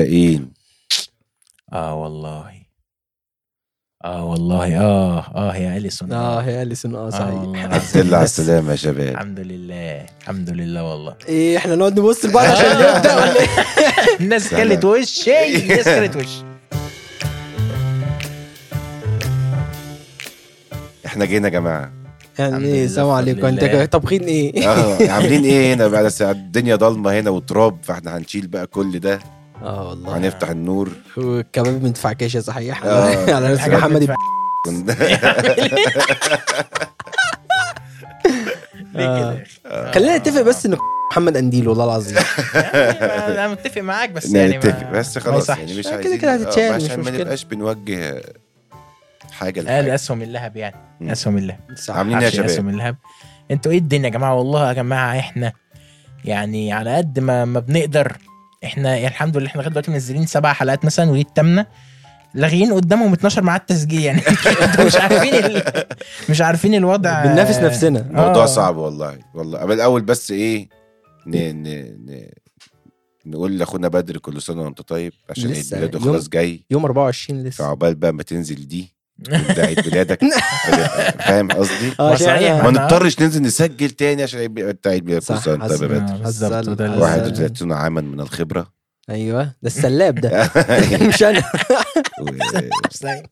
مشتاقين اه والله اه والله اه اه يا اليسون آه، اه هي اليسون اه والله صحيح العظيم. يلا على السلامه يا شباب الحمد لله الحمد لله والله ايه احنا نقعد نبص لبعض عشان آه. نبدا ولا ايه الناس كلت وش إيه، الناس كلت وش احنا جينا يا جماعه يعني الحمد ايه لله، السلام عليكم الحمد لله. انت طبخين ايه اه عاملين ايه هنا بقى بس الدنيا ضلمه هنا وتراب فاحنا هنشيل بقى كل ده آه، اه والله وهنفتح النور والكباب من فعكشه صحيح يعني آه. على نفس الحاجات محمد بتفع- ليه كده آه. يا أخي؟ إبراهيم. خلينا نتفق بس ان محمد قنديل والله العظيم يعني ما- انا متفق معاك بس يعني ما- نتفق بس ما خلاص يصحش. يعني مش كده عايزين كده هتتشال، آه، مش عشان ما مشكلة. نبقاش بنوجه حاجه قال لحاجه اسهم اللهب مم. يعني اسهم اللهب صح عاملين ايه يا عشان شباب اسهم اللهب انتوا ايه الدنيا يا جماعه والله يا جماعه احنا يعني على قد ما ما بنقدر احنا يعني الحمد لله احنا لغايه دلوقتي منزلين سبع حلقات مثلا ودي الثامنه لاغيين قدامهم 12 ميعاد تسجيل يعني انتوا مش عارفين ال... مش عارفين الوضع بننافس نفسنا موضوع آه. صعب والله والله قبل الاول بس ايه ن... ن... ن... نقول لاخونا بدر كل سنه وانت طيب عشان عيد لسه ميلاده يوم- خلاص جاي يوم 24 لسه فعقبال بقى ما تنزل دي ده عيد ميلادك فتبقى- فاهم قصدي؟ اه ما عشان صحيح. آه، احنا- ما نضطرش ننزل نسجل تاني عشان عيد ميلاد- بتاع عيد ميلاد كل صح، سنه وانت طيب يا بدر حسنا. آه، بالظبط وده اللي- حسنا. 31 عاما من الخبره ايوه ده السلاب ده مش انا و- سلام.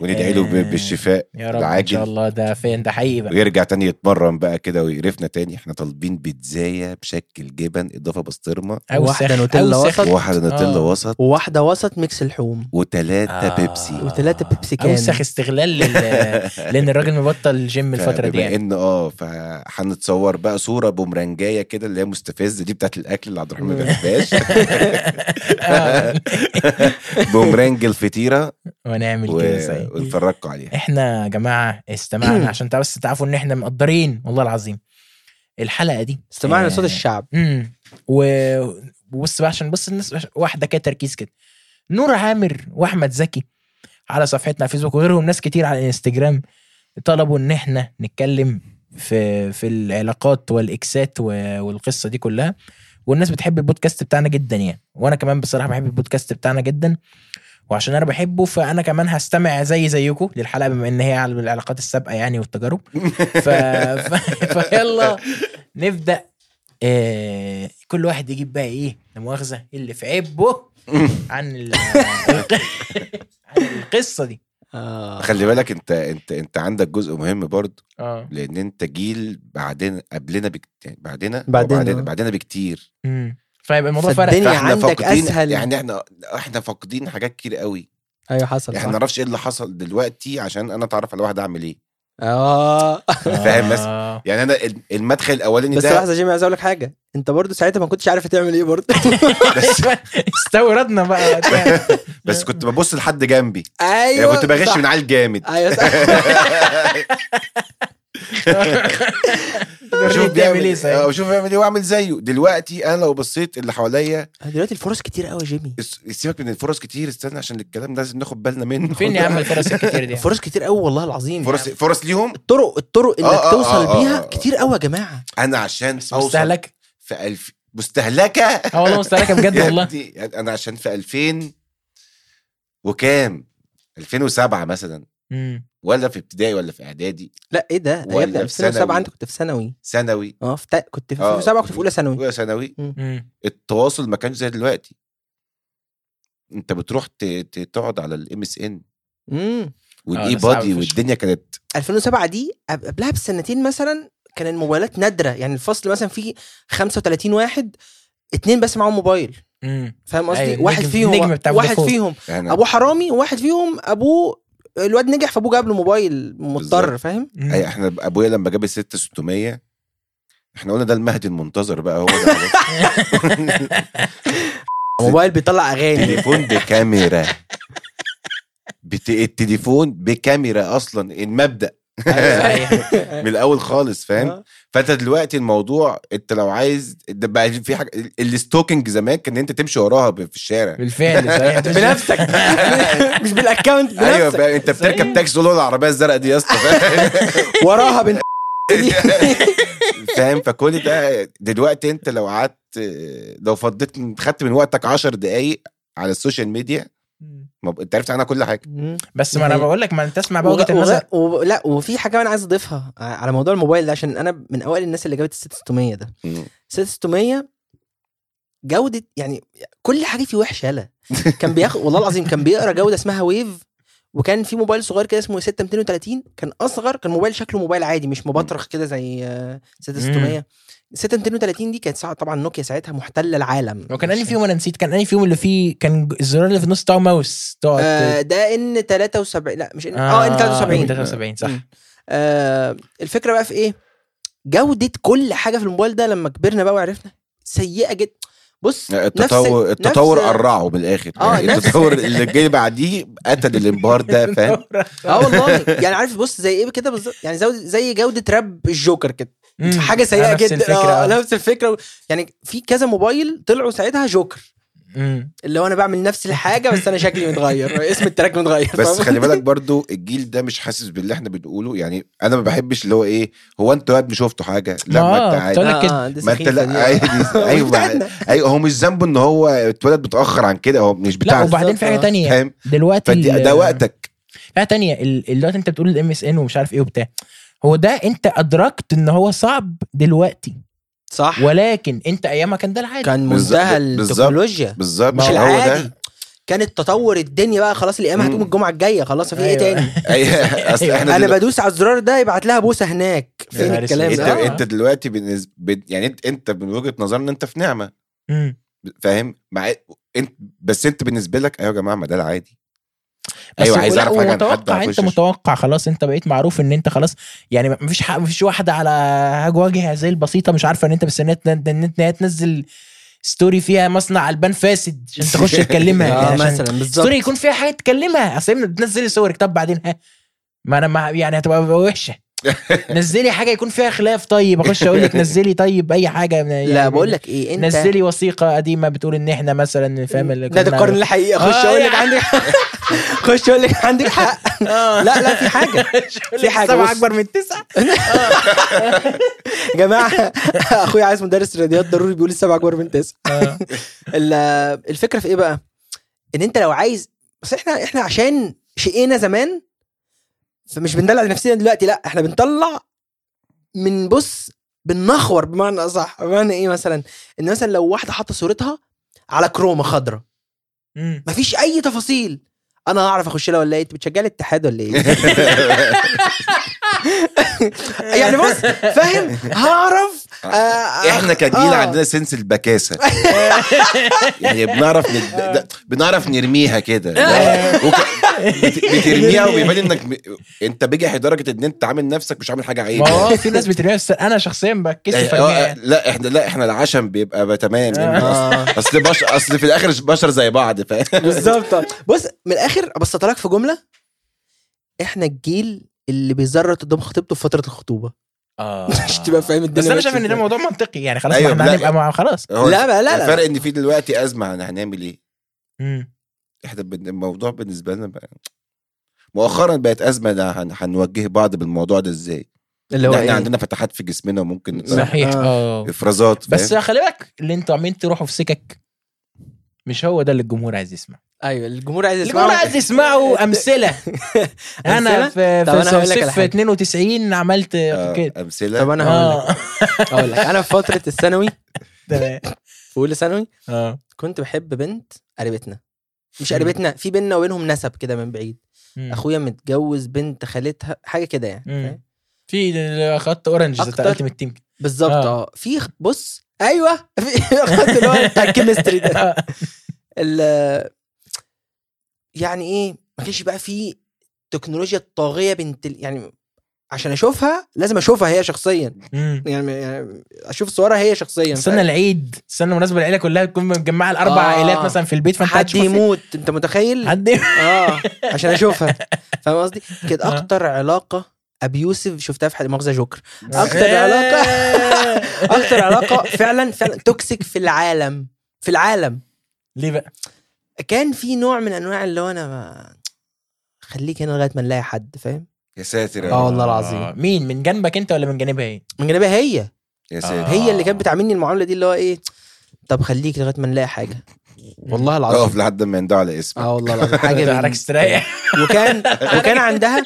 وندعي له آه. ب- بالشفاء يا رب ان العاجل. شاء الله ده فين ده حقيقي بقى ويرجع تاني يتمرن بقى كده ويقرفنا تاني احنا طالبين بيتزاية بشكل جبن اضافه بسطرمه واحدة سخ- نوتيلا أو سخ- وسط. وواحده نوتيلا آه. وسط وواحده وسط ميكس الحوم وتلاتة آه. بيبسي وتلاتة بيبسي كان. اوسخ استغلال لل- لان الراجل مبطل جيم الفتره دي فبما يعني ان اه فهنتصور بقى صوره بومرانجايه كده اللي هي مستفزه دي بتاعت الاكل اللي عبد الرحمن ما بيحبهاش إيه؟ آه. بومرانج الفطيره ونعمل و- كده زي ونتفرجوا عليها احنا يا جماعه استمعنا عشان تع- بس تعرفوا ان احنا مقدرين والله العظيم الحلقه دي استمعنا آه، لصوت الشعب امم و وبص بقى عشان بص الناس واحده كده تركيز كده نور عامر واحمد زكي على صفحتنا على فيسبوك وغيرهم ناس كتير على الانستجرام طلبوا ان احنا نتكلم في في العلاقات والاكسات و- والقصه دي كلها والناس بتحب البودكاست بتاعنا جدا يعني وانا كمان بصراحه بحب البودكاست بتاعنا جدا وعشان انا بحبه فانا كمان هستمع زي زيكم للحلقه بما ان هي على العلاقات السابقه يعني والتجارب ف... ف... فيلا نبدا آه... كل واحد يجيب بقى ايه لا مؤاخذه اللي في عيبه عن ال... عن القصه دي آه. خلي بالك انت انت انت عندك جزء مهم برضه اه لان انت جيل بعدين قبلنا بك... يعني بعدنا بعدنا، بعدنا آه. بعدنا بكتير امم فيبقى الموضوع فرق فالدنيا- الدنيا فاحنا يعني عندك فاقدين أسهل. يعني احنا احنا فاقدين حاجات كتير قوي يعني ايوه حصل احنا ما صح. نعرفش ايه اللي حصل دلوقتي عشان انا اتعرف على واحد اعمل ايه اه فاهم بس؟ آه. يعني انا ال- المدخل الاولاني بس ده لحظه يا جيمي عايز اقول لك حاجه انت برضو ساعتها ما كنتش عارف تعمل ايه برضو بس استوردنا بقى بس كنت ببص لحد جنبي ايوه يعني كنت بغش صح. من على الجامد ايوه صح اشوف إيه بيعمل ايه اه، صحيح واشوف بيعمل ايه واعمل زيه دلوقتي انا لو بصيت اللي حواليا دلوقتي الفرص كتير قوي يا جيمي اس- سيبك من الفرص كتير استنى عشان الكلام ده لازم ناخد بالنا منه فين يا عم الفرص الكتير دي الفرص كتير قوي والله العظيم يعني فرص فرص ليهم الطرق الطرق آه، آه، انك توصل آه، آه، بيها آه. كتير قوي يا جماعه انا عشان بس اوصل مستهلك في ألف مستهلكه اه والله مستهلكه بجد يا والله ابني، انا عشان في 2000 وكام 2007 مثلا مم. ولا في ابتدائي ولا في اعدادي لا ايه ده يا ولا ابني في 2007 ثانوي. انت كنت في ثانوي ثانوي اه في تا- كنت في آه. 2007 كنت في اولى ثانوي اولى ثانوي مم. التواصل ما كانش زي دلوقتي انت بتروح ت- ت- تقعد على الام اس ان امم والاي ده آه، صعب بادي فشخ. والدنيا كانت 2007 دي قب- قبلها بسنتين مثلا كان الموبايلات نادره يعني الفصل مثلا فيه 35 واحد اتنين بس معاهم موبايل مم. فاهم قصدي أيوة، واحد نجم- فيهم نجم بتاع واحد فودافون. فيهم انا ابوه حرامي وواحد فيهم ابوه الواد نجح فابوه جاب له موبايل مضطر بالظبط. فاهم مم. أي احنا ابويا لما جاب ال 6600 احنا قلنا ده المهدي المنتظر بقى هو ده خلاص. موبايل بيطلع اغاني تليفون بكاميرا بت... التليفون بكاميرا اصلا المبدا صحيح. من الاول خالص فاهم آه. فانت دلوقتي الموضوع انت لو عايز ده بقى في حاجه الستوكينج زمان كان انت تمشي وراها ب- في الشارع بالفعل صحيح بنفسك مش بالاكونت ايوه بنفسك بقى انت بتركب تاكسي تقول له العربيه الزرقاء دي يا اسطى وراها بنت فاهم فكل ده دلوقتي انت لو قعدت لو فضيت خدت من وقتك 10 دقايق على السوشيال ميديا ما ب- انت عرفت عنها كل حاجه بس ما انا يعني- بقول لك ما انت تسمع بقى وغ... وجهه وغ... النظر وب... لا وفي حاجه انا عايز اضيفها ع- على موضوع الموبايل ده عشان انا من اوائل الناس اللي جابت ال 600 ده مم. 600 جوده يعني كل حاجه فيه وحشه يالا كان بياخد والله العظيم كان بيقرا جوده اسمها ويف وكان في موبايل صغير كده اسمه 6230 كان اصغر كان موبايل شكله موبايل عادي مش مبطرخ كده زي آه، 6600 6230 دي كانت ساعة- طبعا نوكيا ساعتها محتله العالم وكان انهي فيهم انا نسيت كان انهي فيهم اللي فيه كان الزرار اللي في النص بتاعه ماوس تقعد آه ده ان 73 لا مش ان اه آه، ان 73 73 صح مم. آه الفكره بقى في ايه جوده كل حاجه في الموبايل ده لما كبرنا بقى وعرفنا سيئه جدا بص آه، التطور نفس- التطور نفس- قرعه من الاخر آه، يعني نفس- التطور اللي جاي بعديه قتل الانبهار ده فاهم اه والله يعني عارف بص زي ايه كده بالظبط يعني زي, زي جوده راب الجوكر كده مم. حاجه سيئه نفس جدا الفكرة، آه، آه. نفس الفكره يعني في كذا موبايل طلعوا ساعتها جوكر مم. اللي هو انا بعمل نفس الحاجه بس انا شكلي متغير اسم التراك متغير بس فاهم؟ خلي بالك برضو الجيل ده مش حاسس باللي احنا بنقوله يعني انا ما بحبش اللي هو ايه هو انتوا يا ابني شفتوا حاجه لما آه، انت عادي بتقول لك كده. دي ما انت سخيفة لا دي. عادي ايوه ما- بتاعتنا. ايوه هو مش ذنبه ان هو اتولد متاخر عن كده هو مش لا بتاعنا وبعدين في حاجه بالظبط، آه. تانية فاهم دلوقتي فدي ال- ده وقتك حاجه تانية ال- دلوقتي انت بتقول الام اس ان ومش عارف ايه وبتاع هو ده انت ادركت ان هو صعب دلوقتي صح ولكن انت ايامها كان ده العادي كان بالظبط- منتهى بالظبط. التكنولوجيا بالظبط مش هو العادي ده كان التطور الدنيا بقى خلاص الايام هتقوم مم. الجمعه الجايه خلاص إيه في ايه أيوة. تاني أي- اصل احنا انا دلوقتي- بدوس على الزرار ده يبعت لها بوسه هناك يا فين نهار الكلام انت أسود. ده آه. انت دلوقتي بالنسبه بن- يعني انت انت من وجهه نظرنا انت في نعمه مم. فاهم مع انت بس انت بالنسبه لك ايوه يا جماعه ما ده العادي بس ايوه عايز لا، اعرف حاجه عن حد ومتوقع انت هخشش. متوقع خلاص انت بقيت معروف ان انت خلاص يعني مفيش حق مفيش واحده على وجه هذه البسيطه مش عارفه ان انت مستنيه تن- ان انت إن هي تنزل ستوري فيها مصنع البان فاسد عشان تخش تكلمها آه، اه يعني عشان مثلا بالظبط ستوري يكون فيها حاجه تكلمها اصل إيه بتنزلي صورك طب بعدين ها ما انا ما يعني هتبقى وحشه نزلي حاجه يكون فيها خلاف طيب اخش اقول لك نزلي طيب اي حاجه من لا بقول لك ايه انت نزلي وثيقه قديمه بتقول ان احنا مثلا فاهم اللي ده كنا- تقارن الحقيقه خش آه، اقول لك يعني. عندك خش اقول لك عندك حق آه. لا لا في حاجه في حاجة، سبعة بص. اكبر من تسعه يا جماعه اخويا عايز مدرس رياضيات ضروري بيقول السبعه اكبر من تسعه ال- الفكره في ايه بقى؟ ان انت لو عايز بس احنا احنا عشان شقينا زمان فمش بندلع نفسنا دلوقتي لا احنا بنطلع من بص بننخور بمعنى اصح بمعنى ايه مثلا ان مثلا لو واحده حاطه صورتها على كرومه خضراء مم. مفيش اي تفاصيل انا هعرف اخش لها ولا ايه انت بتشجع الاتحاد ولا ايه يعني بص فاهم هعرف آه، آه، احنا كجيل آه. عندنا سنس البكاسه يعني بنعرف ند... آه. ده- بنعرف نرميها كده وك... بت- بترميها وبيبان انك ب... انت بجح لدرجه ان انت عامل نفسك مش عامل حاجه عيب ما هو آه، في ناس بترميها بس انا شخصيا بتكسف يعني ارميها آه، يعني. لا احنا لا احنا العشم بيبقى بقى تمام يعني آه. أصل- اصل بش... اصل في الاخر بشر زي بعض فاهم بالظبط بص من الاخر ابسطها لك في جمله احنا الجيل اللي بيزرط قدام خطيبته في فتره الخطوبه مش تبقى فاهم الدنيا آه. بس انا ماشية شايف ان ده إزاي. موضوع منطقي يعني خلاص أيوة، ما احنا لا. هنبقى مع- خلاص هو لا بقى لا الفرق لا ان في دلوقتي ازمه عن هنعمل ايه مم. احنا بن- الموضوع بالنسبه لنا بقى مؤخرا بقت ازمه ده هن... هنوجه بعض بالموضوع ده ازاي اللي إن هو احنا إيه؟ عندنا فتحات في جسمنا وممكن نطلع صحيح اه افرازات بس فاهم؟ خلي بالك اللي انتوا عمالين تروحوا في سكك مش هو ده اللي الجمهور عايز يسمعه ايوه الجمهور عايز يسمع الجمهور عايز يسمعوا امثله انا أمثلة؟ في طب أنا في هقول لك على صيف حاجة. 92 عملت آه، كده امثله طب انا هقول لك اه هقول لك انا في فتره الثانوي تمام. في اولى ثانوي اه كنت بحب بنت قريبتنا مش قريبتنا في بينا وبينهم نسب كده من بعيد مم. اخويا متجوز بنت خالتها حاجه كده يعني مم. فاهم؟ في خط اورنج أكتر- بتاع التيم تيم بالظبط آه. اه في خ- بص ايوه في خدت اللي هو بتاع الكيمستري ده ال- يعني ايه ما كانش بقى في تكنولوجيا الطاغيه بنت ال- يعني عشان اشوفها لازم اشوفها هي شخصيا يعني, يعني اشوف صورها هي شخصيا استنى العيد استنى مناسبه العيله كلها تكون مجمعه الاربع آه. عائلات مثلا في البيت فانت حد هتشوفها في- يموت انت متخيل حد يم- اه عشان اشوفها فاهم قصدي كانت آه. اكتر علاقه ابيوسف شفتها في حد مؤاخذه جوكر أكتر إيه. علاقة. اكتر علاقه فعلا فعلا توكسيك في العالم في العالم ليه بقى؟ كان في نوع من انواع اللي هو انا ما- خليك هنا لغايه ما نلاقي حد فاهم يا ساتر يا آه رب والله العظيم. آه، مين من جنبك انت ولا من جانبها ايه؟ من جانبها هي يا آه. ساتر إيه، هي اللي كانت بتعاملني المعامله دي اللي هو ايه طب خليك لغايه ما نلاقي حاجه والله العظيم اقف لحد ما يندعوا على اسمك اه والله العظيم حاجه حاجه من- تستريح وكان وكان عندها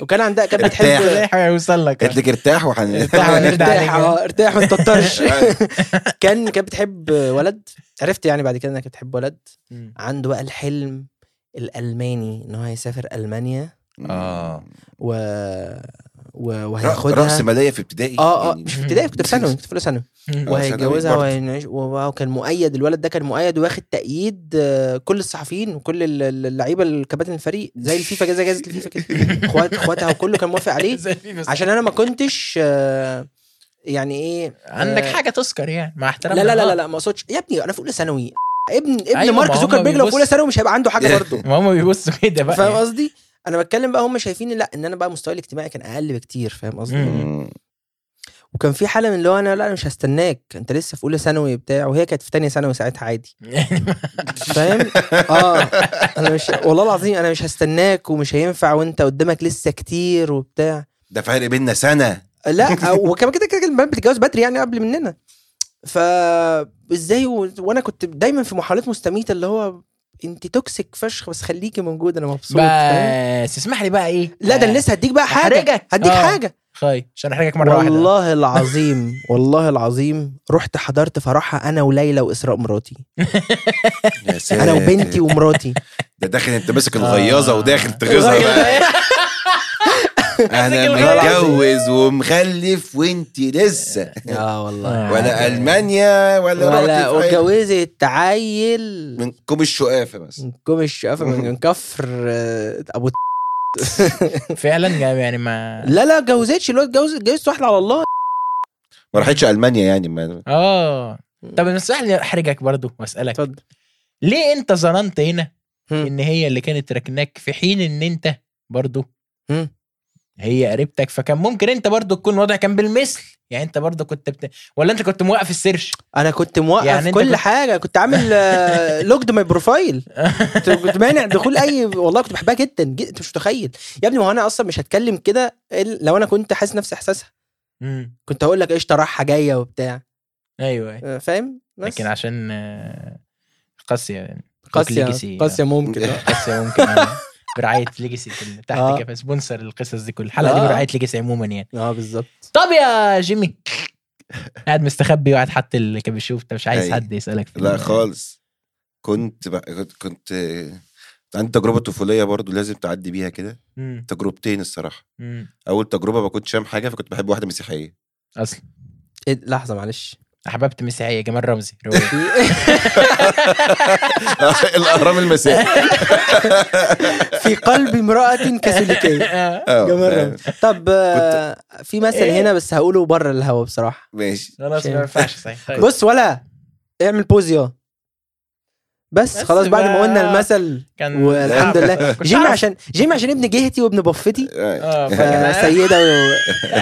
وكان عندها كانت بتحب تستريح ويوصل لك قالت لك ارتاح وهن ارتاح وهنرد عليك. ارتاح اه ارتاح ما تطرش كان كانت بتحب ولد عرفت يعني بعد كده انها كانت بتحب ولد مم. عنده بقى الحلم الالماني ان هو هيسافر المانيا آه. و, و... وهياخدها راس ماليه في ابتدائي اه اه يعني مش في ابتدائي كنت في ثانوي كنت في اولى ثانوي مم. ثانوي وهيتجوزها برضه. وهينعيش وواو كان مؤيد الولد ده كان مؤيد واخد تأييد آه، كل الصحفيين وكل ال- ال- اللعيبه الكباتن الفريق زي الفيفا كده زي جائزه الفيفا كده اخوات اخواتها وكله كان موافق عليه عشان انا ما كنتش آه، يعني ايه عندك آه، حاجه تذكر يعني مع لا احترامنا لا لا لها. لا, لا ما اقصدش يا ابني انا في اولى ثانوي ابن ابن أيوة، مارك ما هم زوكربيرج لو في اولى بيبص- ثانوي مش هيبقى عنده حاجه برضه ما هم بيبصوا كده بقى فاهم يعني. قصدي انا بتكلم بقى هم شايفين لا ان انا بقى مستواي الاجتماعي كان اقل بكتير فاهم قصدي مم. مم. وكان في حاله من اللي هو انا لا انا مش هستناك انت لسه في اولى ثانوي بتاع وهي كانت في ثانيه ثانوي ساعتها عادي يعني فاهم اه انا مش والله العظيم انا مش هستناك ومش هينفع وانت قدامك لسه كتير وبتاع ده فرق بينا سنه لا وكمان كده كده البنات بتتجوز بدري يعني قبل مننا فازاي و... وانا كنت دايما في محاولات مستميته اللي هو انت توكسيك فشخ بس خليكي موجوده انا مبسوط فاهم؟ بس اسمح لي بقى ايه لا ده انا آه، لسه هديك بقى حاجه هحرجك. هديك آه. حاجه خاي عشان احرجك مره واحده والله العظيم والله العظيم رحت حضرت فرحها انا وليلى واسراء مراتي يا انا ساتر. وبنتي ومراتي ده داخل انت ماسك الغياظه آه. وداخل تغيظها بقى انا الغياظة. متجوز ومخلف وانت لسه اه والله آه. ولا المانيا ولا ولا رحت في أي- واتجوزت عيل من كوم الشقافه بس من كوم الشقافه من كفر آه، ابو فعلا جاب يعني ما لا لا اتجوزتش اللي هو اتجوز اتجوزت واحده على الله ما راحتش المانيا يعني ما اه طب انا اسمح لي احرجك برضو واسالك اتفضل ليه انت ظننت هنا مم. ان هي اللي كانت راكناك في حين ان انت برضو مم. هي قريبتك فكان ممكن انت برضو تكون الوضع كان بالمثل يعني انت برضو كنت بت... ولا انت كنت موقف السيرش انا كنت موقف يعني يعني أنت كل كنت- حاجه كنت عامل آه، لوكد ماي بروفايل كنت كنت مانع دخول اي والله كنت بحبها جدا جدا انت مش متخيل يا ابني ما هو انا اصلا مش هتكلم كده إلا لو انا كنت حاسس نفس احساسها مم. كنت هقول لك قشطه رايحه جايه وبتاع ايوه أيوة. آه، فاهم بس لكن عشان آه، قاسيه يعني قاسيه ليجاسي. قاسيه ممكن آه. قاسيه ممكن آه، برعايه ليجاسي في- آه. تحت كده سبونسر القصص دي كلها الحلقه دي آه. برعايه ليجاسي عموما يعني اه بالظبط طب يا جيمي قاعد مستخبي وقاعد حاطط الكابيشوف انت مش عايز أي. حد يسالك في لا ال- خالص كنت بقى كنت كنت عندي تجربه طفوليه برضو لازم تعدي بيها كده مم. تجربتين الصراحه مم. اول تجربه ما كنتش فاهم حاجه فكنت بحب واحده مسيحيه اصلا إيه ده؟ لحظه معلش احببت مسيحيه جمال رمزي رواية. الاهرام المسيحي في قلب امراه كاثوليكيه آه. آه، جمال رمزي. طب آه، في مثل إيه؟ هنا بس هقوله بره الهوا بصراحه ماشي خلاص شيء. ما ينفعش صحيح طيب. بص ولا اعمل بوز يا بس بس خلاص بعد ما بقى. قلنا المثل كان والحمد لله كنت جيمي أعرف. عشان جيمي عشان ابن جهتي وابن بفتي آه. اه فكان- فسيدة و...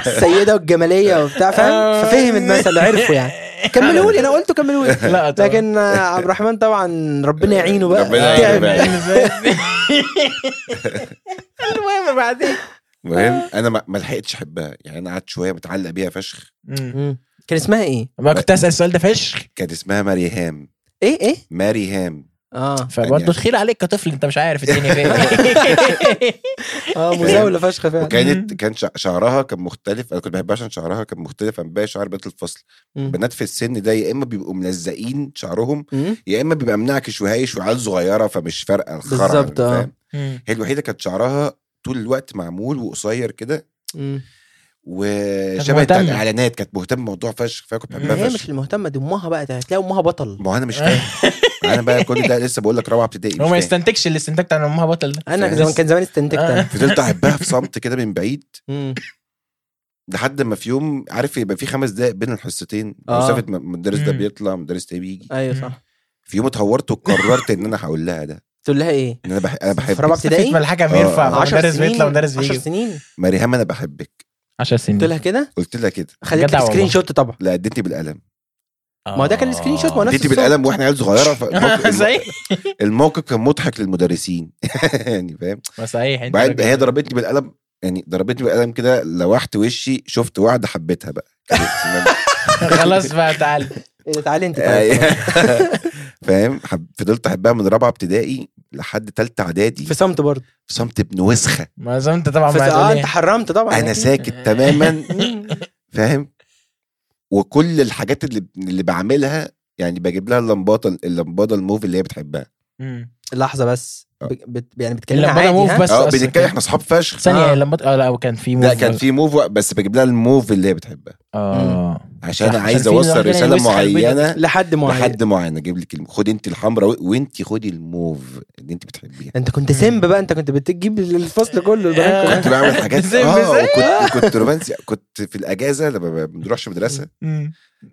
السيدة والجمالية وبتاع فاهم آه. ففهم المثل عرفه يعني كملوا لي انا قلته كملوا لي لا طبعا. لكن آه، عبد الرحمن طبعا ربنا يعينه بقى ربنا آه، يعينه تعب. بقى. إيه المهم بعدين المهم انا ما ما لحقتش احبها يعني انا قعدت شويه متعلق بيها فشخ مم. كان اسمها ايه؟ ما كنت اسال السؤال ده فشخ كانت اسمها ماري هام ايه ايه؟ ماري هام اه فبرضه يعني- تخيل عليك كطفل انت مش عارف الدنيا فين اه مزاولة فشخ فعلا وكانت كان شع- شعرها كان مختلف انا كنت بحبها عشان شعرها كان مختلف عن باقي شعر بنات الفصل مم. بنات في السن ده يا اما بيبقوا ملزقين شعرهم مم. يا اما بيبقى منعكش وهايش وعيال صغيره فمش فارقه الخرع بالظبط، آه. فاهم؟ هي الوحيده كانت شعرها طول الوقت معمول وقصير كده مم. وشبه بتاع مهتمة. الاعلانات كانت مهتمه بموضوع فشخ فكنت ما بحبها هي مش فشخ المهتمة دي امها بقى ده هتلاقي امها بطل ما هو انا مش فاهم انا بقى كل ده لسه بقول لك رابعه ابتدائي هو مش ما فاهم. يستنتجش الاستنتاج بتاع إن امها بطل ده آه. انا فاهم. زمان كان زمان استنتجت أنا. فضلت احبها في صمت كده من بعيد مم. لحد ما في يوم عارف يبقى في خمس دقائق بين الحصتين آه. مسافه ما- مدرس ده مم. بيطلع مدرس ده بيجي ايوه صح في يوم اتهورت وقررت ان انا هقول لها ده تقول لها ايه؟ ان انا بح... انا في رابعه بحبك ابتدائي ما الحكم آه. يرفع عشر مدرس سنين بيطلع مدرس 10 بيجي سنين مريم انا بحبك 10 سنين قلت لها كده قلت لها كده خليت جدع لك والله. سكرين شوت طبعا لا اديتني بالقلم آه. ما هو ده كان السكرين شوت، ما هو نفس اديتي الصوت. بالقلم واحنا عيال صغيره فالموقف صحيح الموقف كان مضحك للمدرسين يعني فاهم ما صحيح إيه انت بعد راجل. هي ضربتني بالقلم يعني ضربتني بالقلم كده لوحت وشي شفت واحده حبيتها بقى خلاص بقى تعال إيه ده، تعالي انت تعالي. أيوة. فاهم حب- فضلت احبها من رابعه ابتدائي لحد ثالثه اعدادي في صمت برضه صمت ابن وسخه ما زي ما انت طبعا في- ما اه هتقول انت حرمت طبعا انا ساكت تماما فاهم وكل الحاجات اللي اللي بعملها يعني بجيب لها اللمباطه اللمباده الموف اللي هي بتحبها مم. لحظه بس آه. بت- بت- يعني بتكلمنا لما عادي انا موف ها بس اه أصلاً بنتكلم كان- احنا اصحاب فشخ ثانيه آه. لما اه لا كان في موف لا كان في موف بس بجيب لها الموف اللي هي بتحبها اه عشان صح، انا عايز عشان في اوصل واحدة يعني رساله وسخة البيضة. معينه لحد معين لحد معين اجيب لك الم- خدي انت الحمراء وانت خدي الموف اللي انت بتحبيها انت كنت سمب بقى انت كنت بتجيب الفصل كله البنات آه. كنت بعمل حاجات بزين اه بزين. وكنت كنت رومانسي كنت في الاجازه لما ما بنروحش مدرسه مم.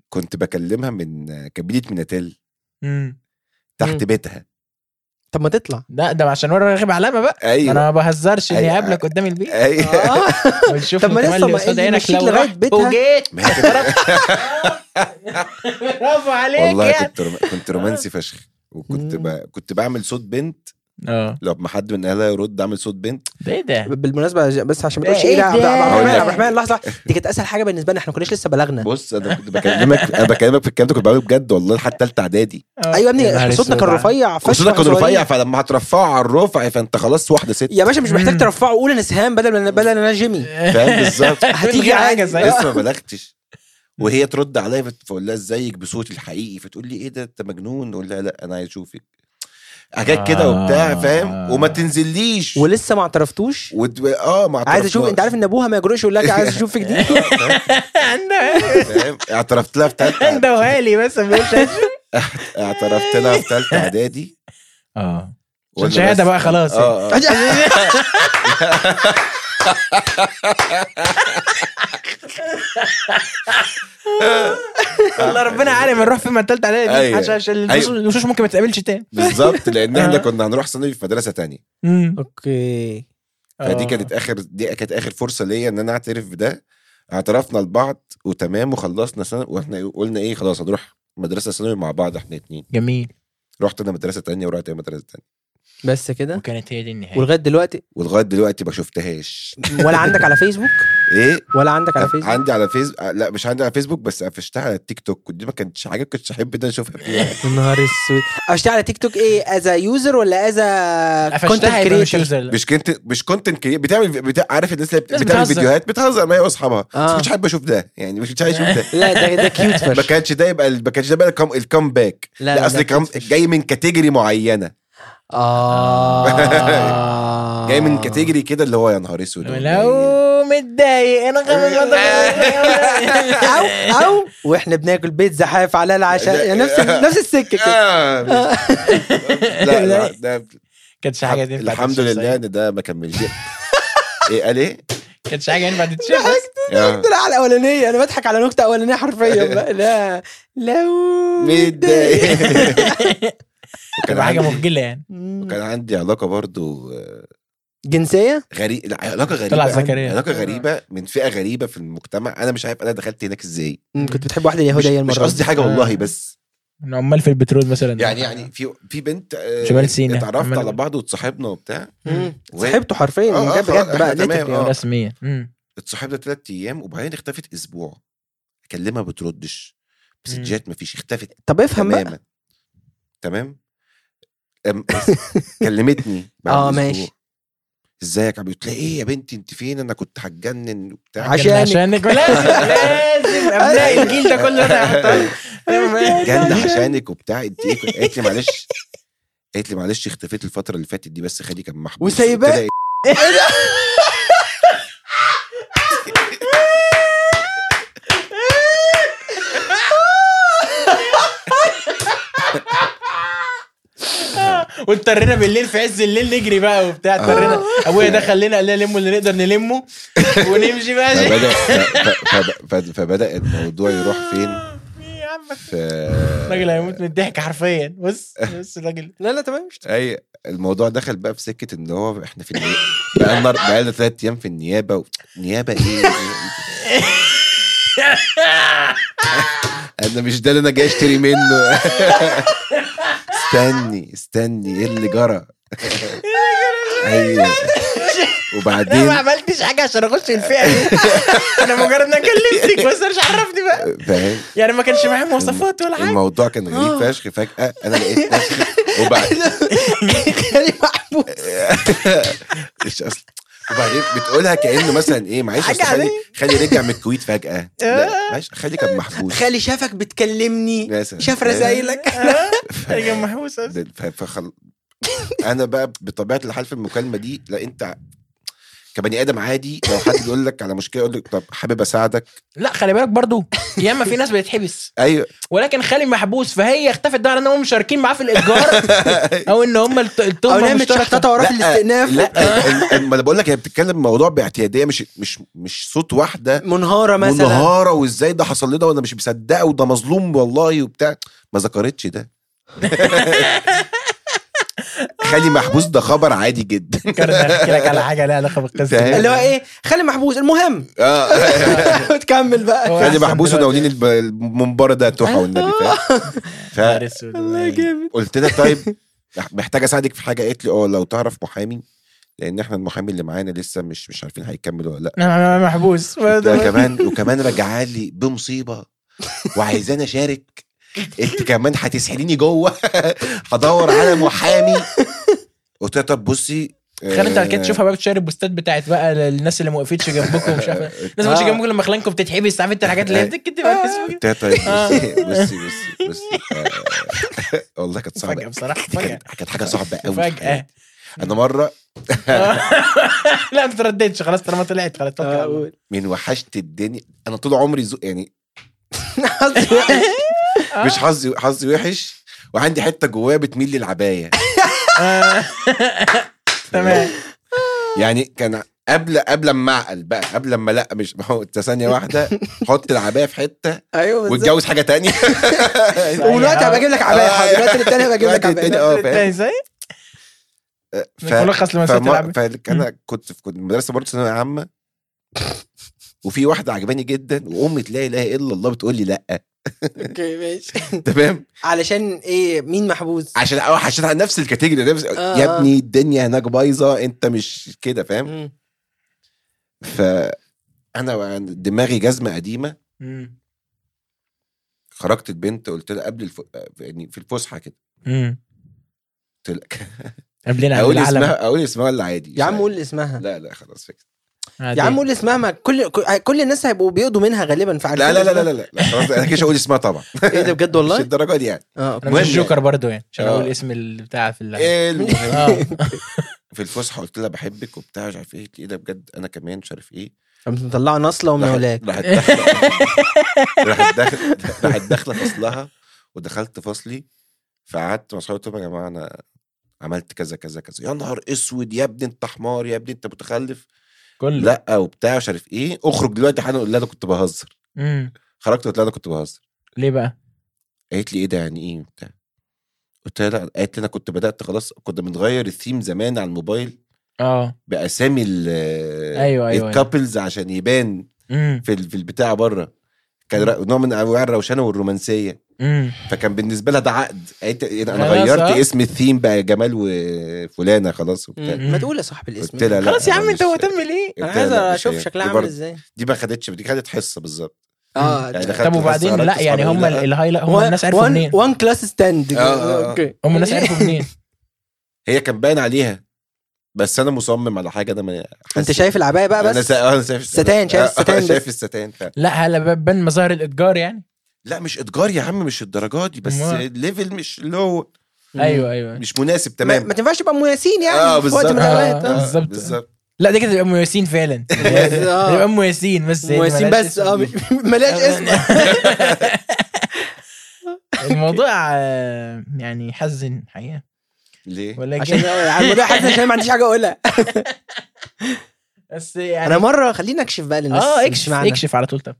كنت بكلمها من كابينه ميناتيل مم. تحت بيتها طب ما تطلع آه. لا ده عشان ورا راغب علامه بقى ايوه انا ما بهزرش اني أيوة. اقابلك قدام البيت ايوه آه. ونشوف طب ما كمان لسه اللي ما قصاد إيه، عينك مشيت لو لغاية رحت بيتها. وجيت ما هي كده- برافو عليك والله يعني كنت روم- كنت رومانسي فشخ وكنت ب... كنت بعمل صوت بنت اه لو ما حد من اهلها يرد اعمل صوت بنت ده ايه ده بالمناسبه ج- بس عشان ما ده تقولش ايه إيه لا عبد- ده؟ عبد هقول الرحمن لك. عبد الرحمن لحظه دي كانت اسهل حاجه بالنسبه لنا احنا ما كناش لسه آه. بلغنا بص انا كنت بكلمك انا بكلمك في الكلام ده كنت بعمله بجد والله لحد ثالثه اعدادي آه. ايوه يا يا ابني نهار احنا صوتنا أسود كان على- رفيع فشخ صوتك واحنا رفيع صغيرين. فلما هترفعه على الرفع فانت خلاص واحده ست يا باشا مش مم. محتاج ترفعه قول انا سهام بدل ما أنا- بدل انا جيمي فاهم بالظبط من هتيجي غير عادي حاجة زي- اه. لسه ما بلغتش وهي ترد عليا فت- فاقول لها ازيك بصوتي الحقيقي فتقول لي ايه ده انت مجنون اقول لها لا انا عايز اشوفك حاجات كده وبتاع آه. فاهم وما تنزليش ولسه ما اعترفتوش وت... اه ما عايز اشوف انت اعترفتش. عارف ان ابوها ما يجرؤش يقول لك عايز اشوفك دي عندها فاهم اعترفت لها في ثالثه عنده هالي بس ما بيقولش اعترفت لها في ثالثه اعدادي اه قلنا عشان شهادة بس- بقى خلاص يعني. اه اه آه. الله ربنا عالم نروح فين ما التالتة عليا دي أيوة. عشان- عشان الوشوش- أيوة. الوشوش ممكن ما تتقابلش تاني بالظبط لان آه. احنا كنا هنروح ثانوي في مدرسه تانية مم. اوكي فدي آه. كانت اخر دي كانت اخر فرصه ليا ان انا اعترف بده اعترفنا لبعض وتمام وخلصنا سنه واحنا قلنا ايه خلاص هنروح مدرسه ثانوي مع بعض احنا اتنين جميل رحت انا مدرسه تانية ورحت هي مدرسه تانية بس كده وكانت هي دي النهاية ولغايه دلوقتي ولغايه دلوقتي ما شفتهاش ولا عندك على فيسبوك ايه ولا عندك على فيسبوك عندي على فيس آه، لا مش عندي على فيسبوك بس قفشتها على التيك توك ودي ما كانتش حاجه كنتش احب ان أنا اشوفها فيها يا نهار اسود اشتغل على تيك توك ايه از يوزر ولا از كونتنت قفشتها يبقى مش كريتور يوزر لا. مش كنت مش كونتنت بتعمل بتاع عارف الناس اللي الناس بت- بتعمل بتهزر. فيديوهات بتهزر معايا واصحابها بس آه. ما كنتش حابب اشوف ده يعني مش كنتش عايز اشوف ده لا ده ده كيوت ما فشخ كانش ده يبقى ما كانش ده بقى الكم- الكامباك لا، لا, لا، لا لا، اصل كم... كنت مش- جاي من كاتيجري معينه آه. اه جاي من كاتيجري كده اللي هو يا نهار اسود لو متضايق انا أيوة. غلط او او واحنا بناكل بيتزا حاف على العشاء يعني نفس نفس السكه كده آه. لا لا ده كانتش حاجة دي ينفع الحمد تتشاف لله صحيح. ان ده ما كملش ايه قال ايه؟ كانتش حاجة ينفع تتشاف بس. آه. لا على الاولانيه انا بضحك على نكته اولانيه حرفيا بقى. لا لو متضايق وكان تبقى حاجة عندي مخجلة يعني كان عندي علاقه برضو جنسيه غريب لا، علاقه غريبه طلعت زكريا. علاقه غريبه من فئه غريبه في المجتمع انا مش عارف انا دخلت هناك ازاي مم، كنت بتحب واحده مش يهوديه مش المره دي قصدي حاجه آه. والله بس إنه عمال في البترول مثلا يعني يعني في في بنت آه، جبال سينا. إيه؟ اتعرفت عمال- على بعض واتصاحبنا وبتاع مم، و- صاحبته حرفيا آه، آه، بجد خلاص، بجد بقى إحنا ليتك تمام، يعني. آه. رسميا مم. اتصاحبنا ثلاث ايام وبعدين اختفت اسبوع اكلمها بتردش مسجات مفيش اختفت طب افهم بقى تماما تمام أم- كلمتني بعد آه، أسبوع. ماشي. ازيك عم بتقول لي، ايه يا بنتي انت فين انا كنت هتجنن وبتاع عشانك. عشانك لازم يعني لازم ابناء الجيل ده كله انا هحطها. جنة عشانك وبتاع انت ايه كنت- قالت لي معلش قالت لي معلش اختفيت الفتره اللي فاتت دي بس خالي كان محبوس إيه؟ وسايباه؟ وابتدى- واضطرينا بالليل في عز الليل نجري بقى وبتاع اضطرينا ابويا دخل لنا قال لنا لموا اللي نقدر نلمه ونمشي بقى فبدا ف- ف- ف- فبدا الموضوع يروح فين يا عم في الراجل هيموت من الضحك حرفيا بص بص الراجل لا لا تمام مش اي الموضوع دخل بقى في سكه ان هو احنا في النيابه بقى لنا بقى لنا ثلاث ايام في النيابه و... نيابه ايه؟ انا مش ده اللي انا جاي اشتري منه استني استني ايه اللي جرى؟ ايوه انا ما وبعدين عملتش حاجه عشان اخش الفئه دي انا مجرد ان كلمتك بس مش عرفني بقى فاهم يعني ما كانش معايا مواصفات ولا حاجه الموضوع كان غريب آه. فشخ فجاه انا لقيت نفسي وبعد يعني محبوس مش اصلا وبعدين بتقولها كانه مثلا ايه معلش حاجة أصل خالي عادية. آه. خالي رجع من الكويت فجاه لا معلش خالي كان محبوس خالي شافك بتكلمني مثلا. شاف أيوة. رسايلك ف- حاجه محوسه ف- فخل... انا بقى بطبيعه الحال في المكالمه دي لا انت كبني ادم عادي لو حد بيقول لك على مشكله يقول لك طب حابب اساعدك لا خلي بالك برضو ياما في ناس بتتحبس ايوه ولكن خالي محبوس فهي اختفت ده على ان هم مشاركين معاه في الاتجار او ان هم الت- او التهمه نام مشتركه متشططه وراح لا، الاستئناف لا ال- ال- ما انا بقول لك هي بتتكلم موضوع باعتياديه مش مش مش صوت واحده منهاره مثلا منهاره وازاي ده حصل لي ده وانا مش مصدقه وده مظلوم والله وبتاع ما ذكرتش ده خالي محبوس ده خبر عادي جدا كان احكي لك على حاجه لها علاقه بالقصه فاهم؟ اللي هو ايه خالي محبوس المهم آه. وتكمل بقى هو خالي أحسن محبوس دلوقتي. وناولين الب- المنبره ده توحى والنبي فاهم نهار أسود. فقلت لها طيب محتاج اساعدك في حاجه قالت لي اه لو تعرف محامي لان احنا المحامي اللي معانا لسه مش مش عارفين هيكمل ولا لا أنا- أنا محبوس ده كمان وكمان رجعها لي بمصيبه وعايزاني اشارك انت كمان هتسحليني جوه هدور على محامي قلت لها طب بصي آه، تخيل انت كده تشوفها بقى بتشير البوستات بتاعت بقى الناس اللي ما وقفتش جنبكم ومش عارف إيه. الناس ما وقفتش آه. جنبكم لما خلانكم بتتحبس عارف انت الحاجات اللي آه. هي بتكتبها على قلت الفيسبوك لها طيب آه. بصي بصي بصي, بصي. آه، والله كانت فجأة صعبه بصراحة فجأة كانت كانت حاجه صعبه قوي فجأة انا مره لا ما ترددش خلاص طالما طلعت خلاص توكل على آه، الله. قول. من وحشت الدنيا انا طول عمري زو يعني حظي وحش. آه. مش حظي حظي وحش وعندي حته جوايا بتميل للعبايه آه. تمام يعني كان قبل قبل ما اعقل بقى قبل ما لا مش ما هو انت ثانيه واحده حط العبايه في حته ايوه بالظبط واتجوز حاجه تانية ومن دلوقتي هبقى اجيب لك عبايه آه. حاضر دلوقتي للتاني هبقى اجيب لك دلوقتي طيب. للتاني، عبايه اه التاني فاهم ازاي؟ ف... ملخص لمسات فما... العب فانا كنت في كنت مدرسه برضه ثانويه عامه وفي واحده عجباني جدا وامي لا اله الا الله بتقول لي لا اوكي ماشي تمام علشان ايه مين محبوس عشان اه حشيتها نفس الكاتيجوري نفس... آه، يا آه. ابني الدنيا هناك بايظه انت مش كده فاهم مم. ف انا وعن- دماغي جزمه قديمه خرجت البنت قلت لها قبل الف... يعني في الفسحه كده قلت لها قبلنا اقول اقول العالم اسمها اقول اسمها ولا عادي يا عم قول اسمها لا لا خلاص فكرة يا عم قول اسمها ما كل كل الناس هيبقوا بيقضوا منها غالبا فعارفين لا لا لا لا لا لا خلاص انا كده مش هقول اسمها طبعا ايه ده بجد مش والله الدرجه دي يعني اه انا مش المهم جوكر برضو يعني عشان آه. اقول اسم البتاع في اللعبة. إيه المهم آه. اه في الفسحه قلت لها بحبك وبتاع مش عارف ايه ايه ده بجد انا كمان مش عارف ايه قمت مطلعه نصله وما راحت- ولاك راحت داخلة- راحت داخله راحت داخله فصلها ودخلت فصلي فقعدت مع صحابي قلت لهم يا جماعه انا عملت كذا كذا كذا يا نهار اسود يا ابني انت حمار يا ابني انت متخلف كله لا وبتاع مش عارف ايه اخرج دلوقتي حالا قول لها انا كنت بهزر مم. خرجت قلت لها انا كنت بهزر ليه بقى؟ قالت لي ايه ده يعني ايه بتاع قلت لها لا قالت لي انا كنت بدات خلاص كنا بنغير الثيم زمان على الموبايل اه باسامي ال أيوة، أيوة. الكابلز عشان يبان مم. في ال- في البتاع بره كان را- نوع من انواع الروشنه والرومانسيه مم. فكان بالنسبه لها ده عقد يعني قالت لي انا خلاص، غيرت آه. اسم الثيم بقى جمال وفلانه خلاص وبتاع ما تقول يا صاحبي الاسم قلت لها لا خلاص يا عم أنا انت مش- مهتم ليه؟ قلت انا لها عايز لا، مش اشوف هي. شكلها دي عامل برضه- ازاي دي ما خدتش دي خدت حصه بالظبط اه يعني ده- دخلت طب الحصة، وبعدين عرفت لا يعني أصحابي هم يقولوا لها. اللي هايلا هم الناس عرفوا منين؟ وان إيه. كلاس ستاند آه، آه، آه. اوكي هم الناس عرفوا منين؟ هي كان باين عليها بس انا مصمم على حاجه انا ما انت شايف العبايه بقى انا بس سا- يعني أنا شايف ستان، شايف آه، آه، الستان شايف بس. الستان فعلا لا هلا بان مظاهر الاتجار يعني لا مش اتجار يا عم مش الدرجات دي بس أمال. ليفل مش اللي هو ايوه ايوه مش مناسب ما, تمام ما تنفعش تبقى ام ياسين يعني اه في وقت بالظبط من الاوقات آه. آه. بالظبط. بالظبط لا دي كده تبقى ام ياسين فعلا آه. تبقى ام ياسين بس يعني هي ام اللي ياسين ملهاش بس اسم. اه ملاش اسم الموضوع آه، يعني حزن حقيقه ليه؟ ولكن عشان على الموضوع حاسس عشان ما عنديش حاجه اقولها بس يعني انا مره خليني اكشف بقى للناس اه اللي اكشف بتسمعنا. اكشف على طول طب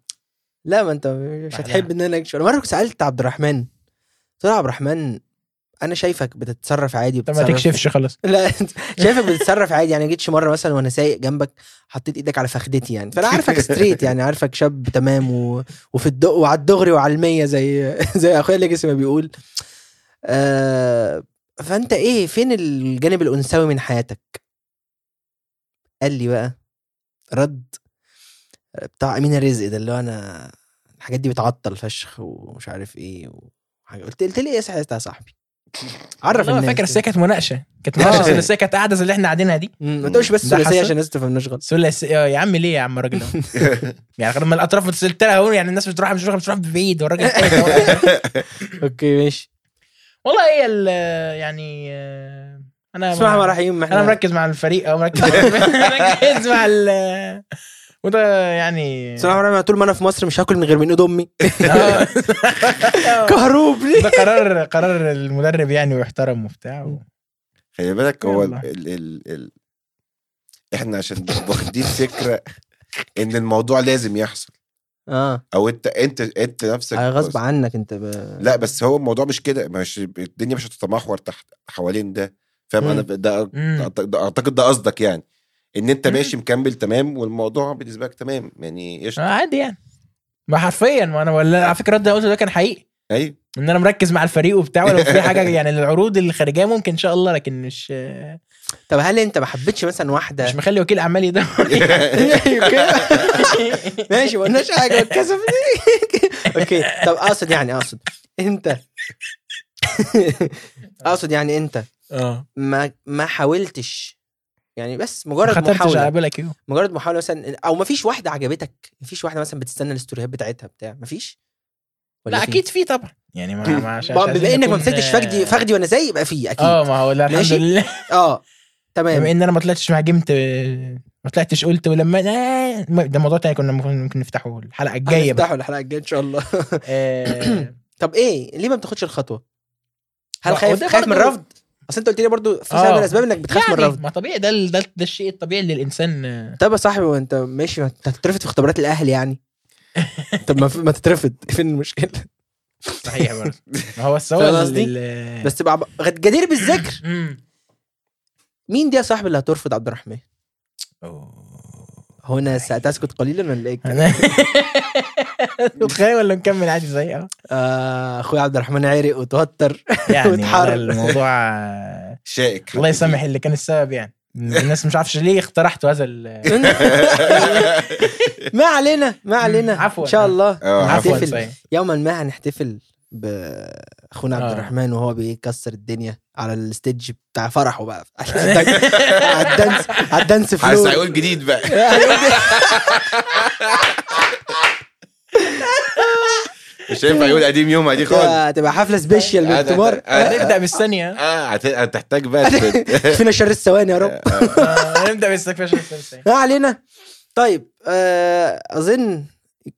لا ما انت مش هتحب ان انا اكشف انا مره كنت سالت عبد الرحمن قلت له يا عبد الرحمن انا شايفك بتتصرف عادي طب ما وبتتصرف- تكشفش خلاص لا شايفك بتتصرف عادي يعني جيتش مره مثلا وانا سايق جنبك حطيت ايدك على فخدتي يعني فانا عارفك ستريت يعني عارفك شاب تمام و... وفي الد... وعلى الدغري وعلى المية زي زي اخويا اللي ما بيقول آه... فانت ايه فين الجانب الانثوي من حياتك قال لي بقى رد بتاع امين الرزق ده اللي هو انا الحاجات دي بتعطل فشخ ومش عارف ايه وحاجة. قلت قلت لي ايه ساعتها يا صاحبي عرف انا الناس فاكر السيكه كانت مناقشه كانت آه. مناقشه السيكه كانت قاعده زي اللي احنا قاعدينها دي مم، ما تقولش بس ده ثلاثيه حصل؟ عشان الناس تفهمناش غلط ثلاثي آه، يا عم ليه يا عم الراجل ده؟ يعني لما الاطراف اتسلت لها هقول يعني الناس مش بتروح مش بتروح مش بتروح بعيد والراجل التالت هو- اوكي ماشي والله هي ال- يعني آه، انا اسمع ما راح يوم ما احنا انا مركز مع الفريق او مركز مركز مع ال وده يعني اسمع ما راح طول ما انا في مصر مش هاكل من غير من ايد امي آه. كهروبني ده قرار قرار المدرب يعني ويحترم وبتاع و- خلي بالك هو ال يلا. ال ال ال احنا عشان واخدين فكره ان الموضوع لازم يحصل اه او انت انت انت نفسك غصب عنك انت ب... لا بس هو الموضوع مش كده مش الدنيا مش هتتمحور تحت حوالين ده فاهم مم. امم. انا ده مم. أعتقد- ده اعتقد ده قصدك يعني ان انت مم. ماشي مكمل تمام والموضوع بالنسبه لك تمام يعني آه، قشطه عادي يعني ما حرفيا ما انا ولا على فكره الرد اللي قلته ده كان حقيقي ايوه ان انا مركز مع الفريق وبتاع ولو في حاجه يعني العروض الخارجيه ممكن ان شاء الله لكن مش طب هل انت ما حبيتش مثلا واحده مش مخلي وكيل اعمالي ده أيوة ماشي ما قلناش حاجه والكسف دي. اوكي طب اقصد يعني اقصد انت اقصد يعني انت اه ما ما حاولتش يعني بس ما مجرد ختمتش على محاوله بالك ايه مجرد محاوله مثلا او ما فيش واحده عجبتك ما فيش واحده مثلا بتستنى الاستوريات بتاعتها بتاع ما فيش ولا لا في؟ اكيد في طبعا يعني ما ما عشان ما- عشان بما انك ما نكون- آه. مسكتش فخدي فخدي وانا زي يبقى في اكيد اه ما هو لا الحمد ماشي. لله اه بما تمام ان انا ما طلعتش هاجمت ما طلعتش قلت ولما آه، ده موضوع تاني كنا ممكن ممكن نفتحه الحلقه الجايه بقى نفتحوا الحلقه الجايه ان شاء الله آه، طب ايه ليه ما بتاخدش الخطوه هل ما- خايف وده خايف من برضه- الرفض اصل انت قلت لي برضو في آه. سبب من الاسباب انك بتخاف من يعني الرفض ما طبيعي ده ال- ده ده الشيء الطبيعي اللي الانسان آه، طب يا صاحبي وانت ماشي ما انت هتترفض في اختبارات الاهل يعني طب ما ما تترفض فين المشكله صحيح برضه ما هو بس هو فاهم ال- قصدي؟ ال- بس تبقى عب- غد- جدير بالذكر مم. مين دي يا صاحبي اللي هترفض عبد الرحمن أوه. هنا سأتسكت قليلا ولا ايه الكلام؟ أنا- متخيل ولا مكمل عادي زي اه آه، اخويا عبد الرحمن عرق وتوتر يعني واتحرك. هذا الموضوع آه، شائك الله يسامح اللي كان السبب يعني الناس مش عارفش ليه اقترحت هذا ال- ما علينا ما علينا عفواً. ان شاء الله آه، عفوا هنحتفل صحيح. يوما ما هنحتفل باخونا عبد آه. الرحمن وهو بيكسر الدنيا على الستيج بتاع فرحه بقى على الدنس- على الدنس على الدنس حاسس فلور هيقول جديد بقى مش هينفع يقول قديم يوم دي خالص هتبقى حفله سبيشال آه، ده- بالدمار آه، ده- هنبدا بالثانيه اه هت- هتحتاج بقى فينا شر الثواني يا رب آه، هنبدا بالاستكفاش الثانيه ما علينا طيب آه، اظن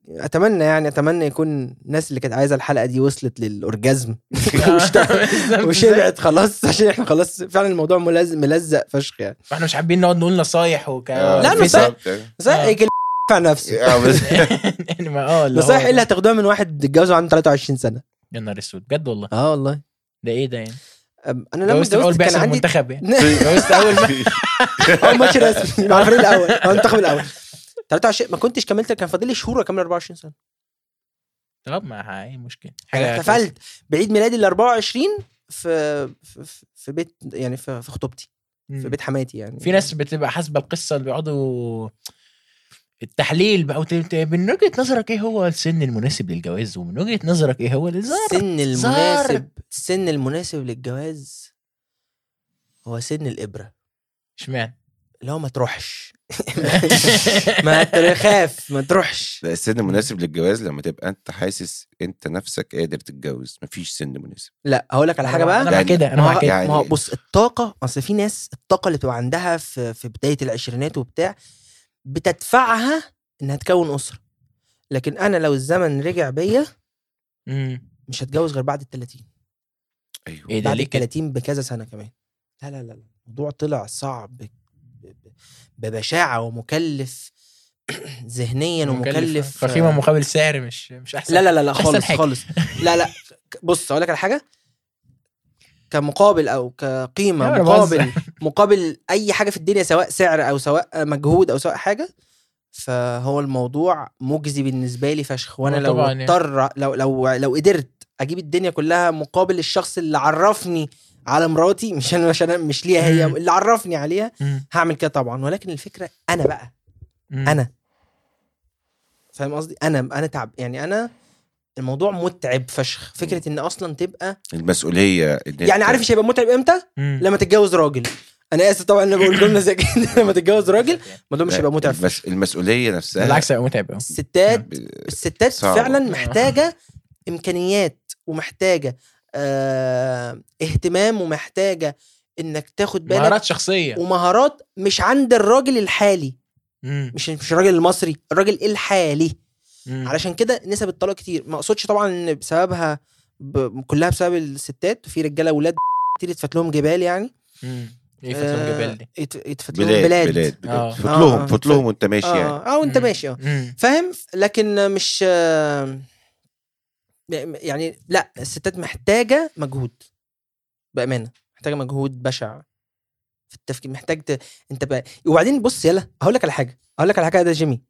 اتمنى يعني اتمنى يكون الناس اللي كانت عايزه الحلقه دي وصلت للاورجازم آه. وشبعت خلاص عشان احنا خلاص فعلا الموضوع ملز- ملزق فشخ يعني فاحنا مش حابين نقعد نقول نصايح وكا لا، آه، في نصايح. سبب. بالظبط. آه، صح آه. يجي على نفسه بس- يعني ما- اه اللي هو- نصايح ايه اللي هتاخدوها من واحد اتجوزه عنده 23 سنه يا نهار اسود بجد والله اه والله ده ايه ده يعني أم- انا لما جوزت اول اتجوزت كان بعثه عندي المنتخب يعني جوزت اول بعثة. اول ماتش رسمي مع الفريق الاول مع المنتخب الاول 23 ما كنتش كملت كان فاضل لي شهور اكمل 24 سنه طب ما ها، ايه المشكله انا احتفلت بعيد ميلادي ال 24 في في- في- في بيت يعني في في خطوبتي في مم. بيت حماتي يعني في ناس بتبقى حاسبه القصه اللي بيقعدوا التحليل بقى وت- ت- من وجهه نظرك ايه هو السن المناسب للجواز ومن وجهه نظرك ايه هو الزار السن المناسب السن المناسب للجواز هو سن الابره اشمعنى اللي هو ما تروحش ما تخاف ما تروحش لا، السن المناسب للجواز لما تبقى انت حاسس انت نفسك قادر تتجوز مفيش سن مناسب لا هقول لك على حاجه بقى انا مع يعني- كده انا ما مع هو- كده يعني- ما هو بص الطاقه اصل في ناس الطاقه اللي بتبقى عندها في في بدايه العشرينات وبتاع بتدفعها انها تكون اسره لكن انا لو الزمن رجع بيا مم. مش هتجوز غير بعد ال 30 ايوه ايه ده بعد ليه ال كده 30 بكذا سنه كمان لا لا لا لا. الموضوع طلع صعب ب- ب- ببشاعه ومكلف ذهنيا آه. ومكلف فخيمه مقابل سعر مش مش احسن لا لا لا لا أحسن خالص حاجة. خالص لا لا ك- بص اقول لك على حاجه كمقابل او كقيمه لا، أنا مقابل بهزر. مقابل اي حاجه في الدنيا سواء سعر او سواء مجهود او سواء حاجه فهو الموضوع مجزي بالنسبه لي فشخ وانا آه، لو طبعاً يعني. اضطر لو لو لو قدرت اجيب الدنيا كلها مقابل الشخص اللي عرفني على مراتي مش انا مش انا مش ليها هي مم. اللي عرفني عليها مم. هعمل كده طبعا ولكن الفكره انا بقى مم. انا فاهم قصدي انا انا تعب يعني انا الموضوع متعب فشخ فكره ان اصلا تبقى المسؤوليه إن أنت- يعني عارف مش هيبقى متعب امتى مم. لما تتجوز راجل انا اسف طبعا انا بقول جمله زي كده لما تتجوز راجل الموضوع مش هيبقى متعب فشخ. المس... المسؤوليه نفسها بالعكس هيبقى متعب أوي. الستات ب- الستات صعب. فعلا محتاجه امكانيات ومحتاجه آه اهتمام ومحتاجه انك تاخد بالك مهارات شخصيه ومهارات مش عند الراجل الحالي مم. مش مش الراجل المصري الراجل الحالي مم. علشان كده نسب الطلاق كتير ما اقصدش طبعا ان بسببها ب... كلها بسبب الستات في رجاله ولاد كتير اتفت لهم جبال يعني مم. ايه فتوى الجبال دي آه، ات- اتفت لهم بلاد بلاد, بلاد, بلاد. آه. فوت لهم آه. فوت لهم وانت ماشي اه يعني يعني. اه وانت مم. ماشي اه مم. فاهم لكن مش آه، يعني لا الستات محتاجه مجهود بامانه محتاجه مجهود بشع في التفكير محتاج ت... انت بقى وبعدين بص يلا هقول لك على حاجه هقول لك على حاجه ده جيمي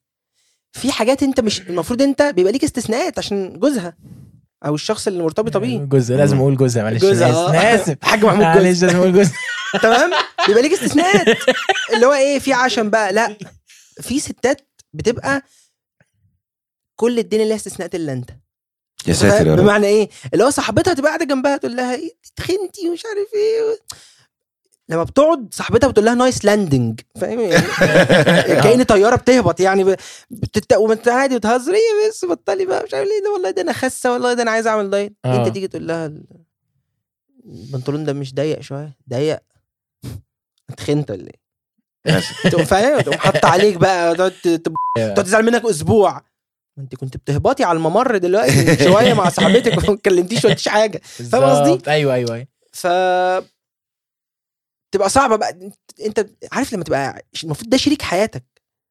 في حاجات انت مش المفروض انت بيبقى ليك استثناءات عشان جوزها او الشخص اللي مرتبطه بيه آه، جزء لازم اقول جزء معلش جزء، أنا آسف. آه. أنا اسف حاج محمود جوز. معلش لازم اقول جزء تمام بيبقى ليك استثناءات اللي هو ايه في عشم بقى لا في ستات بتبقى كل الدنيا ليها استثناءات الا انت يا ساتر يا رب بمعنى ايه اللي هو صاحبتها تبقى قاعده جنبها تقول لها إيه تخنتي ومش عارف ايه و... لما بتقعد صاحبتها بتقول لها نايس لاندنج فاهم يعني كأن طياره بتهبط يعني ب- بتت... وانت عادي بتهزر ايه بس بطلي بقى مش عارف ايه ده والله ده انا خاسه والله ده انا عايز اعمل دايت آه. انت تيجي تقول لها ال- البنطلون ده مش ضيق شويه ضيق اتخنت ولا ايه تقوم فاهم تقوم حاطه عليك بقى تقعد تب- تقعد تزعل منك اسبوع ما انت كنت بتهبطي على الممر دلوقتي شويه مع صاحبتك وما اتكلمتيش وما قلتيش حاجه فاهم قصدي؟ بالظبط. ايوه ايوه ايوه ف تبقى صعبه بقى انت- انت عارف لما تبقى المفروض ده شريك حياتك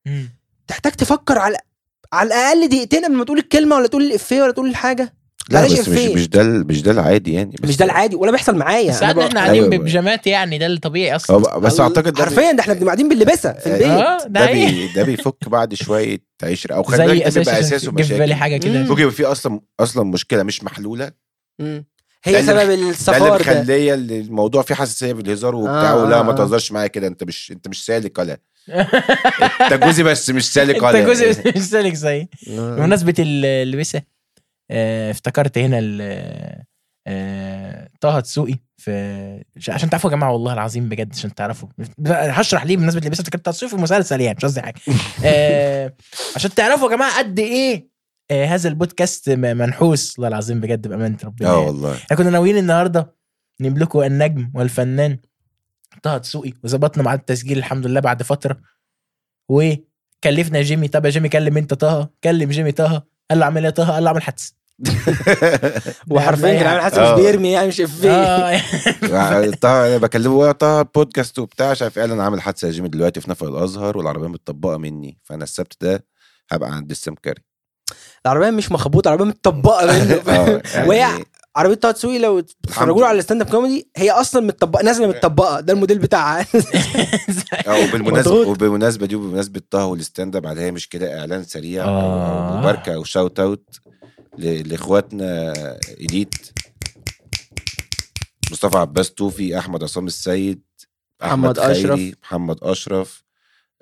مم. تحتاج تفكر على على الاقل دقيقتين قبل ما تقول الكلمه ولا تقول الافيه ولا تقول الحاجه لا معلش بس مش إفيه. مش ده ال- مش ده العادي يعني بس مش ده العادي ولا بيحصل معايا ساعات بقى- احنا قاعدين أيوة. ببيجامات يعني ده اللي طبيعي اصلا هو بقى- بس اعتقد ده بي- حرفيا ده احنا بنبقى قاعدين باللبسه في البيت آه، ده ده حقيقي. بي ده بيفك بعد شويه عشره او إيه؟ خلي زي بالك ده اساس بيبقى عشان اساسه جه في بالي مشاكل حاجه كده مم. ممكن يبقى في اصلا اصلا مشكله مش محلوله مم. ده هي اللي سبب ده اللي الصفار ده مخليه اللي الموضوع فيه حساسيه بالهزار وبتاع آه، ولا آه، ما آه. تهزرش معايا كده انت مش انت مش سالك ولا انت جوزي بس مش سالك ولا انت جزء مش سالك زي بمناسبه ال- اللبسه آه، افتكرت هنا ال- آه، طه دسوقي في ش- عشان تعرفوا يا جماعه والله العظيم بجد عشان تعرفوا هشرح ليه بالنسبه للبسه افتكرت طه دسوقي في مسلسل يعني مش قصدي حاجه آه، عشان تعرفوا يا جماعه قد ايه آه، هذا البودكاست م- منحوس والله العظيم بجد بامانه ربنا اه يعني. والله احنا كنا ناويين النهارده نجيب لكم النجم والفنان طه دسوقي وظبطنا ميعاد التسجيل الحمد لله بعد فتره وكلفنا جيمي طب يا جيمي كلم انت طه كلم جيمي طه قال له اعمل ايه يا طه قال له اعمل حدث وحرفيا كان عامل حاسس آه. مش بيرمي يعني مش افيه آه، طه انا بكلمه "يا طه بودكاست وبتاع مش عارف إيه، قال انا عامل حادثه يا جيمي دلوقتي في نفق الازهر والعربيه متطبقه مني فانا السبت ده هبقى عند السمكري العربيه مش مخبوطه العربيه متطبقه منه آه، يعني وهي عربيه طه دسوقي لو بتتفرجوا له على الستاند اب كوميدي هي اصلا متطبقه نازله متطبقه ده الموديل بتاعها اه وبالمناسبه مضغوط. وبالمناسبه دي وبمناسبه طه والستاند اب عليها مش كده اعلان سريع أو- آه. او مباركه او شاوت اوت ل- لاخواتنا اليت مصطفى عباس توفي احمد عصام السيد محمد احمد خيري أشرف. محمد اشرف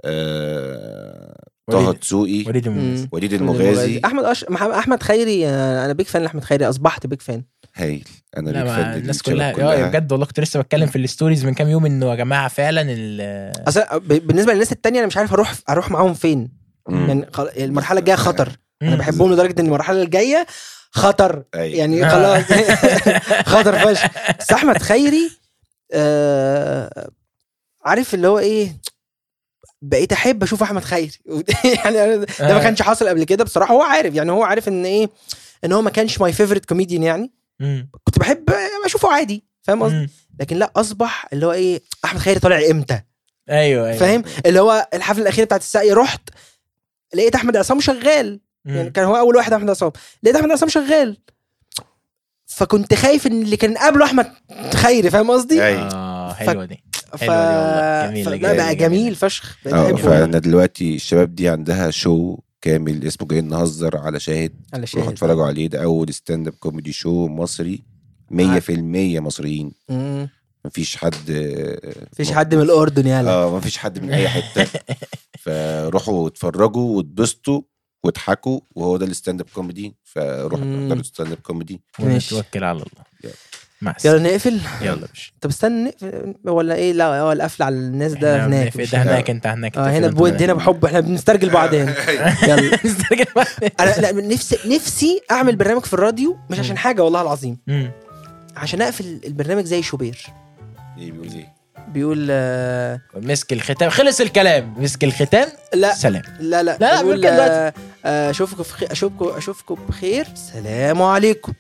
آه، طه وليد- دسوقي وليد المنذر. مم. وليد المغازي احمد أش... مح- احمد خيري آه، انا بيك فان لاحمد خيري اصبحت بيك فان هايل انا لا بيك فان ما الناس للشباب كلها اه بجد والله كنت لسه بتكلم في الستوريز من كام يوم انه يا جماعه فعلا ال- اصلا ب... بالنسبه للناس التانية انا مش عارف اروح اروح معاهم فين مم. يعني خل... المرحله الجايه خطر انا مم. بحبهم لدرجه ان المرحله الجايه خطر أيوة. يعني آه. خلاص خطر فشخ بس احمد خيري آه عارف اللي هو ايه بقيت احب اشوف احمد خيري يعني أنا ده ما آه. كانش حاصل قبل كده بصراحه هو عارف يعني هو عارف ان ايه ان هو ما كانش ماي فيفورت كوميديان يعني آه. مم. كنت بحب اشوفه عادي فاهم قصدي مم. لكن لا اصبح اللي هو ايه احمد خيري طالع امتى ايوه ايوه فاهم اللي هو الحفله الاخيره بتاعت الساقي رحت لقيت احمد عصام شغال مم. يعني كان هو اول واحد احمد عصام لقيت احمد عصام شغال فكنت خايف ان اللي كان قبله احمد خيري فاهم قصدي أيوة. اه حلوه دي ف... حلوة دي والله. جميلة، فلا بقى جميلة، جميلة. جميل فشخ بقيت اه بحبه فانا دلوقتي الشباب دي عندها شو كامل اسمه جايين نهزر على شاهد علشان روحوا اتفرجوا آه. عليه ده اول ستاند اب كوميدي شو مصري 100% مصريين مم. مفيش حد مفيش حد من يعني. الاردن يلا اه مفيش حد من اي حته فروحوا اتفرجوا واتبسطوا واضحكوا وهو ده الستاند اب كوميدي فروحوا مم. احضروا ستاند اب كوميدي ماشي. ونتوكل على الله يلا. مع السلامه يلا نقفل يلا مش طب استنى نقفل ولا ايه لا هو القفل على الناس ده هناك مش- ده هناك انت هناك اه هنا بود هنا بحب احنا بنسترجل بعض هنا يلا انا لا نفسي نفسي اعمل برنامج في الراديو مش عشان حاجه والله العظيم مم. عشان اقفل البرنامج زي شوبير ايه بيقول ايه بيقول آه، مسك الختام خلص الكلام مسك الختام لا سلام لا لا لا، بيقول ممكن آه، آه، اشوفكم في خير اشوفكم اشوفكم بخير سلام عليكم